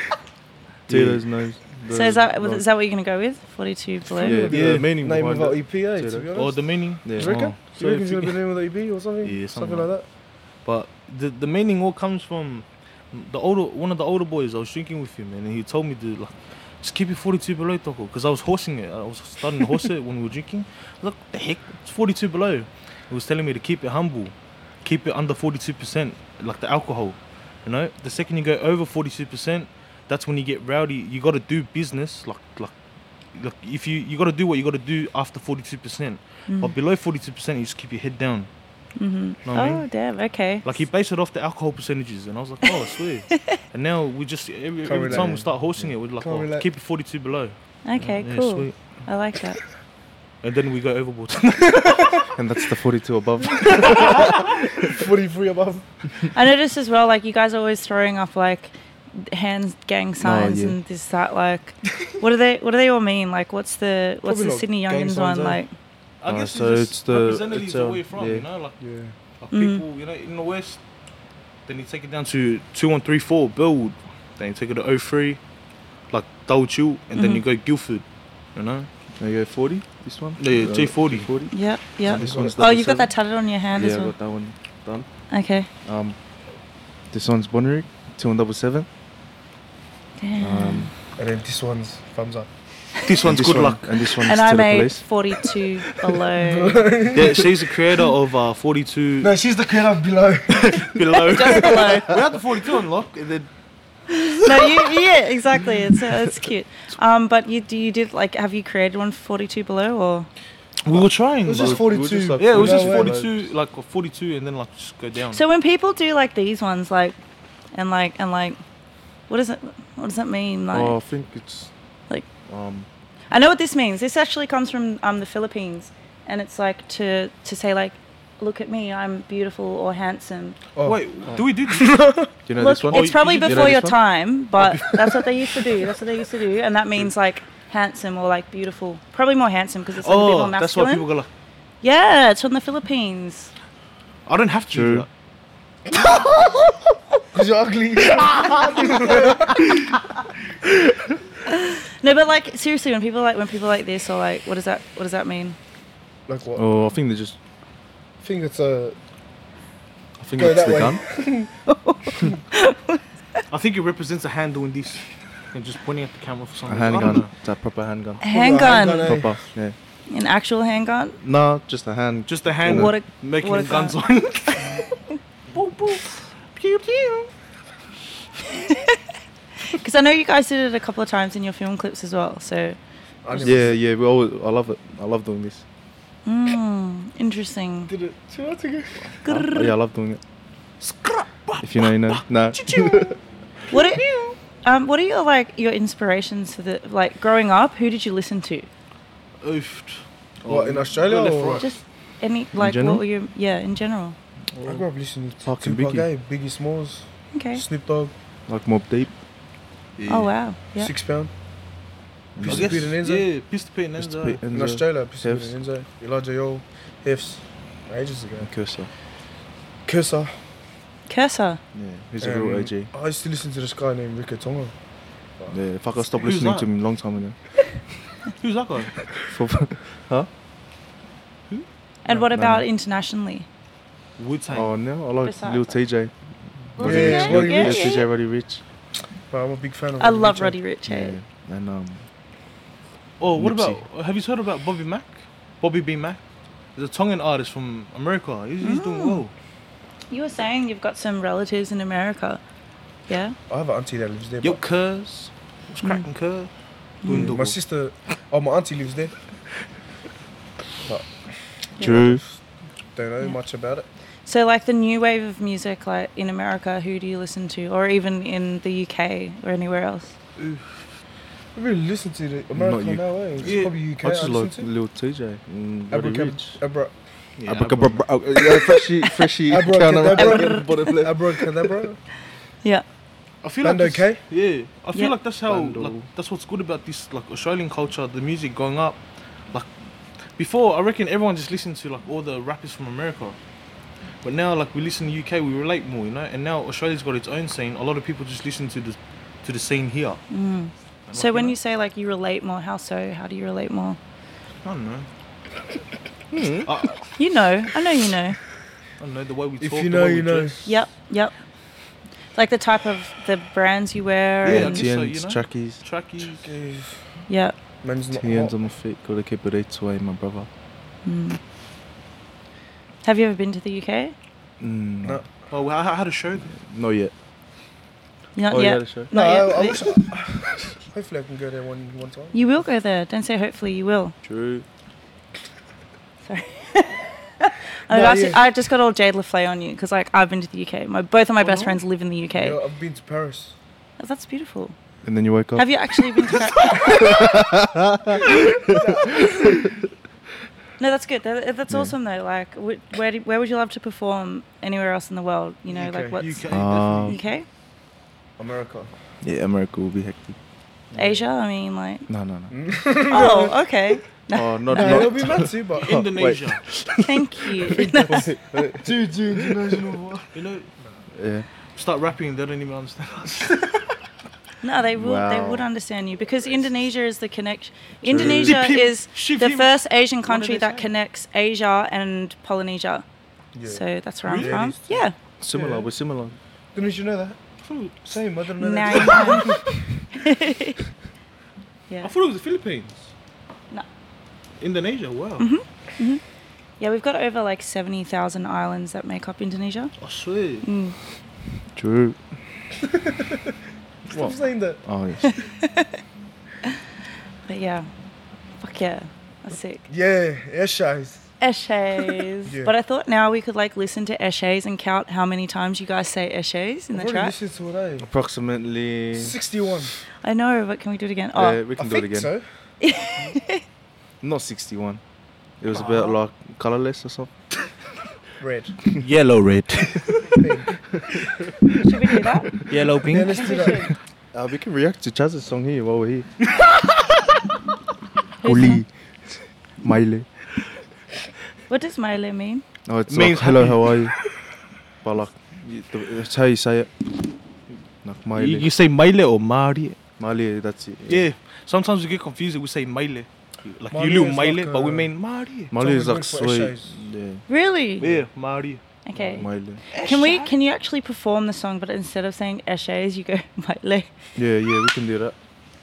A: Tito's nose.
D: So is that
A: no.
D: is that what you're gonna go with? 42 below.
A: Yeah,
C: Yeah.
A: the meaning
B: name
A: behind
B: of our
A: it.
B: EP, eh, to
A: Zero.
B: be honest.
C: Or the meaning.
A: Yeah.
B: Do you reckon?
C: Oh.
B: Do you reckon it's gonna be the name of the EP or something?
C: Yeah,
B: something,
C: something
B: like that.
C: But the the meaning all comes from the older one of the older boys. I was drinking with him and he told me to like just keep it 42 below, Taco, because I was horsing it. I was starting to horse it when we were drinking. Look, the heck, it's 42 below. He was telling me to keep it humble, keep it under 42 percent, like the alcohol. You know, the second you go over 42 percent, that's when you get rowdy. You got to do business, like like. Look, if you you got to do what you got to do after 42%, but below 42%, you just keep your head down.
D: Mm. Mm-hmm.
C: Know what I mean?
D: Oh damn. Okay.
C: Like he based it off the alcohol percentages, and I was like,
D: <laughs>
C: oh, I swear. and now we just every,
B: Can't
C: every
B: relate,
C: time
B: yeah.
C: we start horsing it, we're like,
B: Can't
C: oh,
B: relate.
C: keep it 42 below.
D: Okay.
C: Yeah,
D: cool.
C: sweet.
D: I like that.
C: And then we go overboard.
A: And that's the 42
D: <laughs>
A: above.
B: Forty-three above.
D: I noticed as well. Like you guys are always throwing up like hand gang signs
A: yeah.
D: and this that like what do they what do they all mean like what's the what's
B: Probably
D: the
B: like
D: Sydney
B: gang
D: Youngins
B: signs,
D: one
B: eh?
D: like
C: I
A: Uh,
C: guess
A: so
C: it's,
A: it's
C: just
A: the-
C: representatives
A: it's,
C: of
A: um,
C: where you're from,
A: yeah.
C: you know, like,
B: Yeah.
C: like
D: Mm.
C: people, you know, in the West, then you take it down to 2134 build, then you take it to 03, like Dole Chill, and then
D: Mhm.
C: you go Guildford, you know?
A: There you go, 40, this one?
C: Yeah, yeah,
A: Uh,
C: G40.
D: yep yep
A: This one's
D: oh you've got
A: 37.
D: that tatted on your hand
A: Yeah,
D: as
A: I
D: well
A: got that one done.
D: okay
A: Um, this one's Bonnerick, 2177.
D: Damn.
A: Um,
B: And then this one's thumbs up.
C: This
A: and
C: one's
A: this
C: good
A: one-
C: luck.
A: And this one's
D: and
A: to
D: I
A: the
D: made
A: police.
D: 42 below
C: yeah, she's the creator of uh, 42
B: <laughs> No, she's the creator of below.
C: Below.
D: just below
E: We had the 42 on lock, and then
D: no you, yeah exactly it's uh, it's cute um but you do you did like have you created one for 42 below or
C: we were trying.
B: It was
C: but-
B: just 42.
C: yeah, it was
B: No
C: just
B: way.
C: 42, like 42, and then like just go down.
D: So when people do like these ones, like, and like and like, what does it? What does that mean? Like,
A: Oh, I think it's
D: Like-
A: um,
D: I know what this means. This actually comes from um, the Philippines, and it's like to to say like, look at me, I'm beautiful or handsome.
B: Oh,
C: Wait, do we do this?
A: you know
D: look,
A: this one. Oh,
D: it's probably
A: you know
D: before
A: this
D: your
A: one? Oh.
D: time, but that's what they used to do. That's what they used to do, and that means like handsome or like beautiful. Probably more handsome because it's like, a bit
C: Oh,
D: more
C: that's why
D: masculine.
C: people go like,
D: yeah, it's from the Philippines.
C: I don't have to.
A: True.
C: do that.
B: Because you're ugly.
D: No, but like seriously, when people like when people like this or like, what does that what does that mean?
B: like what?
A: Oh, I think they just.
B: I think it's a.
A: I think
B: Go
A: it's
B: that
A: the
B: way.
A: gun.
C: I think it represents a hand doing this and just pointing at the camera for
A: A
C: something. I don't
A: handgun.
C: know.
A: It's a proper handgun.
D: Handgun.
B: handgun, eh?
A: Proper. Yeah.
D: An actual handgun?
A: No, just a hand.
C: Just the hand
D: What a-
C: making
D: what a
C: guns
D: gun. <laughs>
C: on. boop, boop. Pew, pew.
D: Because I know you guys did it a couple of times in your film clips as well. So,
B: I never
A: Yeah, yeah. We always. I love it. I love doing this.
D: mm, interesting.
B: Did it two months ago.
A: I, Oh, yeah, I love doing it. If you know, you know. No.
D: What are, um, what are your like your inspirations for the like growing up? Who did you listen to?
C: Oofed.
B: What, in Australia
C: Left,
B: or-
C: right.
D: Just any like
A: general?
D: what were your yeah in general?
B: I grew up listening to
A: Fucking
B: Tupac,
A: Biggie.
B: eh? Biggie Smalls,
D: Okay.
B: Snoop Dogg,
A: Like Mob Deep.
D: Oh wow. Yeah.
B: Six Pound.
C: I
B: Pistol
C: guess-
B: Pete and Enzo.
C: Yeah, Pistol Pete and
A: Mr.
C: Enzo.
A: Pete
B: In
A: and uh,
B: Australia, Pistol
A: Hefs.
B: Pete and Enzo, Elijah Yo, Hefs, ages ago.
A: Cursor.
B: Cursor.
D: Cursor.
A: Yeah, he's a real
B: Um,
A: OG.
B: I used to listen to this guy named Rico Tonga.
A: Yeah, fuck, I stopped
C: Who's
A: listening
C: that?
A: to him a long time ago.
C: Who's that guy?
A: For,
D: And what
A: no,
D: about
A: no.
D: internationally?
C: Wu Tang.
A: oh, no, I like
D: Besides
A: Lil
D: that.
A: TJ.
B: Roddy Yeah, Ricch. Roddy
A: Yeah,
B: Ricch.
A: TJ Roddy Rich.
B: But I'm a big fan of
D: I love
B: Ricch, eh?
D: Roddy Rich. eh?
A: Yeah, and um,
C: Oh, what
A: Nipsey.
C: about? Have you heard about Bobby Mack? Bobby B Mack. He's a Tongan artist from America. He's, he's doing well.
D: You were saying you've got some relatives in America. Yeah.
B: I have an auntie that lives there.
C: Yo,
B: but-
C: Cuz. What's
D: Hmm.
C: cracking, Cuz? Doing
B: Yeah,
C: double.
B: My sister, oh, my auntie lives there.
A: Drew.
B: Don't know
D: Yeah.
B: much about it.
D: So, like the new wave of music, like in America, who do you listen to, or even in the UK or anywhere else?
B: I really listen to the American
A: you-
B: now, eh? It's
C: Yeah,
B: probably UK.
A: I just like
B: listen
A: Lil TJ and
B: to.
A: Roddy
B: Abracab-
A: Rich.
B: Abra-
C: Yeah,
A: Abracabra- oh, yeah, Freshy, freshy.
B: <laughs> Abracadabra.
A: Abracadabra. Bottom left.
B: Abracadabra.
D: Yeah.
C: I feel
B: Band
C: like that's-
B: OK?
C: Yeah, I feel
D: Yeah.
C: like that's how
A: Band
C: like,
A: all.
C: that's what's good about this like Australian culture, the music going up. Like before, I reckon everyone just listened to like all the rappers from America, but now like we listen to UK, we relate more, you know. And now Australia's got its own scene. A lot of people just listen to the to the scene here. And,
D: Mm. So
C: like,
D: when
C: know,
D: you say like you relate more, how so? How do you relate more?
C: I don't
B: <laughs>
C: know.
B: Hmm.
C: I,
D: You know, I know you know.
C: I don't know the way we
B: If
C: talk.
B: you
C: the
B: know,
C: way we
B: you know.
C: dress.
D: Yep, yep. Like the type of the brands you wear.
C: Yeah,
D: and,
C: I guess so,
A: TN's,
C: you know?
A: Trackies.
C: Trackies.
B: Eh,
D: yeah.
B: Man's not
A: TN's
B: hot.
A: on my feet. Gotta keep it eight away, my brother.
D: Mm. Have you ever been to the UK?
A: Mm,
B: No.
C: Oh, well, I I had a show. there.
A: Not yet.
D: Not
A: oh, yeah,
D: yet.
A: the show.
B: No,
D: Not
B: I,
D: yet.
B: I wish. I, hopefully, I can go there one one time.
D: You will go there. Don't say hopefully you will.
A: True.
D: I,
B: No,
D: asked you-
B: yeah.
D: I just got all Jade Laflay on you because like I've been to the UK. My both of my best friends live in the UK.
B: Oh. Yeah, I've been to Paris.
D: Oh, That's beautiful.
A: And then you wake up.
D: Have you <laughs> actually been to
B: <laughs>
D: Paris? no, that's good. That, that's
A: Yeah.
D: awesome though. Like, wh- where
B: Uh,
A: Oh.
D: do, where would you love to perform anywhere else in the world? You know, like what's
C: UK.
A: <laughs> Um,
D: UK?
B: America.
D: Oh,
A: Yeah, America will be hectic.
D: Asia, I mean,
B: <laughs>
D: like.
A: No, no, no.
D: Oh, okay.
A: Oh, not
B: Yeah, it'll
A: not.
B: be
A: <laughs>
B: mad too, but <laughs>
F: Indonesia.
D: Thank you.
F: Dude, dude, Indonesian war. You know,
A: Yeah.
F: start rapping, they don't even understand
D: <laughs>
F: us.
D: No, they will. They
A: Wow.
D: would understand you because Indonesia is the connection. Indonesia is
F: Ship
D: the
F: him.
D: first Asian country
F: they
D: that
F: say?
D: connects Asia and Polynesia. So that's where I'm
B: Really?
D: from. Yeah.
A: Similar. We're similar.
B: Didn't you know that? Same, I didn't know
D: Now
B: that.
D: you know.
F: I
D: <laughs> yeah.
F: thought it was the Philippines.
D: No. Mm.
F: Indonesia, wow.
D: Yeah, we've got over like seventy thousand islands that make up Indonesia.
F: I swear.
D: Mm.
A: True.
B: Stop saying that.
A: Oh <laughs> yes.
D: But yeah, fuck yeah, that's <laughs> sick.
B: Yeah, yeah, shies.
D: Eshays.
B: Yeah.
D: But I thought now we could like listen to Eshays and count how many times you guys say Eshays in the
B: I've already
D: track.
B: listened to it, eh?
A: Approximately.
B: 61.
D: I know, but can we do it again? Oh,
A: Yeah, we can
B: I
A: do it
B: think
A: again.
B: so.
A: Not 61. It was about like colorless or something.
B: Red.
G: <laughs> Yellow
H: <laughs>
G: red.
D: <laughs> should we do that?
G: Yellow pink.
B: Yeah, let's do that.
D: <laughs>
A: Uh, we can react to Chaz's song here while <laughs> we're here.
D: Who's
A: Oli. Maile.
D: What does Maile mean?
A: Oh, it's
F: Means
A: like, hello, how <laughs> are you? but like, you- the- that's how you say it. Like Maile.
G: You, you say Maile or Maori?
A: Maile, that's it.
H: Yeah. Sometimes we get confused and we say Maile. Like
B: Maile
H: you little
B: is
H: Maile,
B: like,
H: but we
B: uh,
H: mean Maori.
A: Maile is
B: So we're
A: like
B: going for
A: sweet.
B: essays.
A: Yeah.
D: Really?
H: Yeah, Maori.
D: Okay.
A: Maile.
D: Can we? Can you actually perform the song, but instead of saying Eshays, you go <laughs> Maile?
A: Yeah, yeah, we can do that.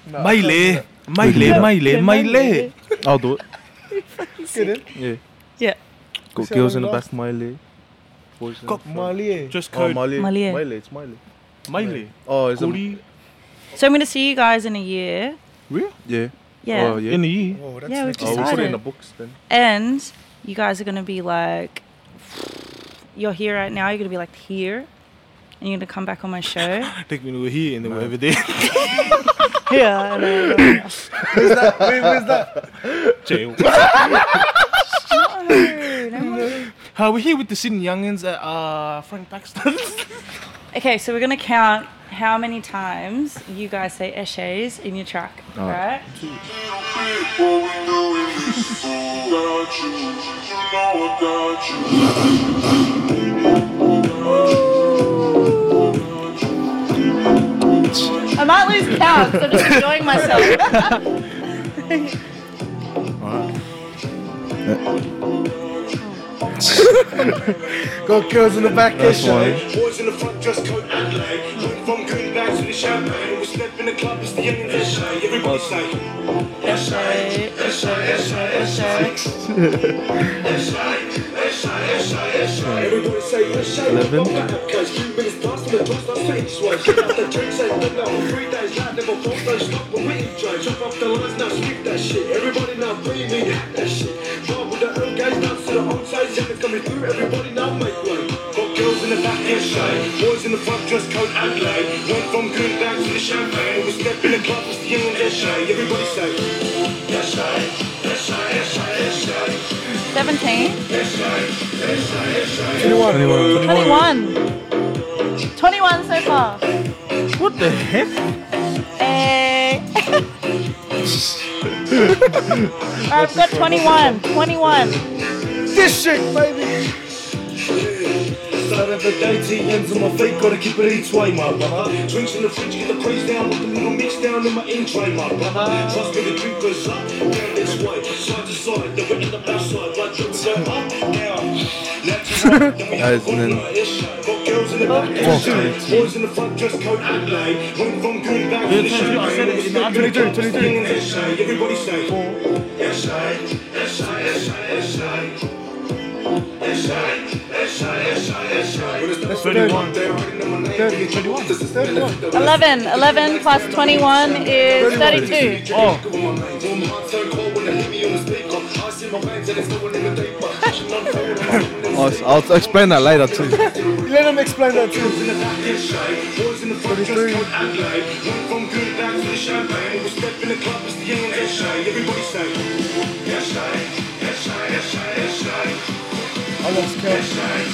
B: No, I can't do
H: Maile. Maile, Maile, Maile.
A: I'll do it.
B: that. Get it?
A: Yeah.
D: Yeah.
A: Got
B: See,
A: girls
B: I'm
A: in the
B: lost.
A: back, Maile. Boys in the
H: Got
A: front.
B: Malier.
H: Just
A: Oh,
H: code
A: Maile.
D: Maile.
A: Maile, it's Maile.
H: Maile.
A: Oh, is it?
H: Kuri.
D: So I'm gonna see you guys in a year.
A: Yeah.
D: Yeah.
A: Oh, yeah.
H: In the E. year.
B: Whoa, that's
D: Yeah,
B: next
D: we've
A: oh,
B: level.
A: we'll put it in
D: decided.
A: the books then.
D: And you guys are gonna be like, you're here right now. You're gonna be like here, and you're gonna come back on my show.
H: Take me over here and then we're over there.
D: yeah. I know, I know.
B: Where's that? Where, where's
H: <laughs>
B: that?
H: Jail.
D: No, no more.
H: Uh, we're here with the Sydney Youngins at uh, Frank <laughs> Baxter's.
D: <laughs> Okay, so we're gonna count how many times you guys say eshays in your track, right? I might lose count 'cause I'm just enjoying myself.
B: Got girls in the back.
A: That's
B: yeah,
A: one.
C: Boys in the front dress code and leg. Went from green bags to the champagne. We step in the club, it's the young and the shy. Everybody say,
D: Eshay, eshay, eshay, eshay.
C: everybody say, let's shake.
A: Eleven.
C: Bump that up, cause few minutes past and the bus don't say this one. Shut up the drinks, ain't done now. For three days, light never falls, don't stop. But we enjoy. Jump off the lines, now skip that shit. Everybody now bring me that shit. Roll with the old guys, now to the old sides. Young and coming through, everybody now make one. Got girls in the back and shy. Boys in the front dress code and leg. Went from green bags to the champagne. We step in the club, it's the young and the shy. Everybody say, that's right, that's right, that's right, that's right.
D: 17,
B: Anyone?
D: 21. 21 so far.
H: what the
D: <laughs>
H: heck?
D: Hey. I've got 21. 21.
B: This shit, baby.
C: Start of the day, tea ends on my fate, gotta keep it each way, my brother. Drinks in the fridge, get the craze down with the little mix down in my in tray, my brother. Trust me, the drink goes up, down this way, side to side, then we end up outside, like drinks go up, down. Left to right, then we
A: Guys, and
C: have a good
A: then-
C: night, ish. Got girls in the back, ish.
A: Oh,
C: Boys in the front, dress code, Adelaide. Went from green back to the shade.
B: 22, 22.
C: Ish, Everybody say, ish, ish, ish, ish, ish. That's
B: 31. 30,
C: 31.
B: 31.
D: 11. 11 plus 21 is 32.
C: Oh.
A: I'll, I'll explain that later too.
B: <laughs> Let them explain that too. I lost count.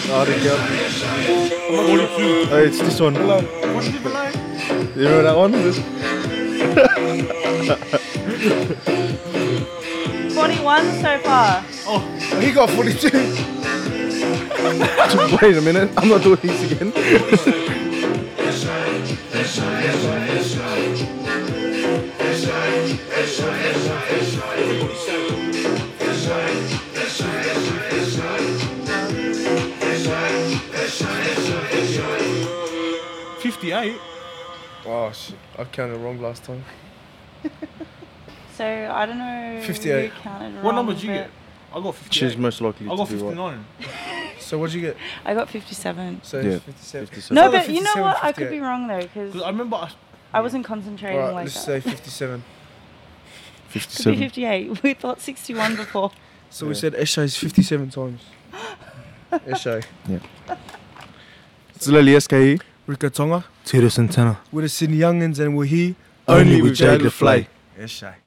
A: Oh, I didn't get it. Oh, it's this one.
B: Hello.
A: You remember that one? This-
D: 41 so far.
B: He got 42.
A: <laughs> Wait a minute, I'm not doing this again.
E: Fifty-eight.
B: Oh shit, I counted wrong last time.
D: So I don't know.
B: 58.
D: who counted
E: What
D: wrong,
E: number did you
D: Um, but
E: get? I got fifty-eight.
A: She's most likely
E: I got
A: to be right.
E: fifty-nine.
B: So what'd you get?
D: I got 57.
B: So
A: Yeah.
B: it's 57.
A: 57.
D: No,
B: Either
D: but you know
B: 57,
D: what? I could
B: 58.
D: be wrong though, because
E: Because I remember I,
D: I wasn't concentrating
B: Alright,
D: like
B: let's
D: that.
B: say 57.
D: Could be
A: 57.
D: 58. <laughs> We thought 61 before.
B: So we
A: Yeah.
B: said Esha's
D: <laughs>
B: 57 times. Esha.
A: It's Lily SKE.
B: Rika Tonga.
C: Tito Santana.
B: We're the Sydney Youngins and we're here.
C: Only with Jade the Fly.
B: Esha.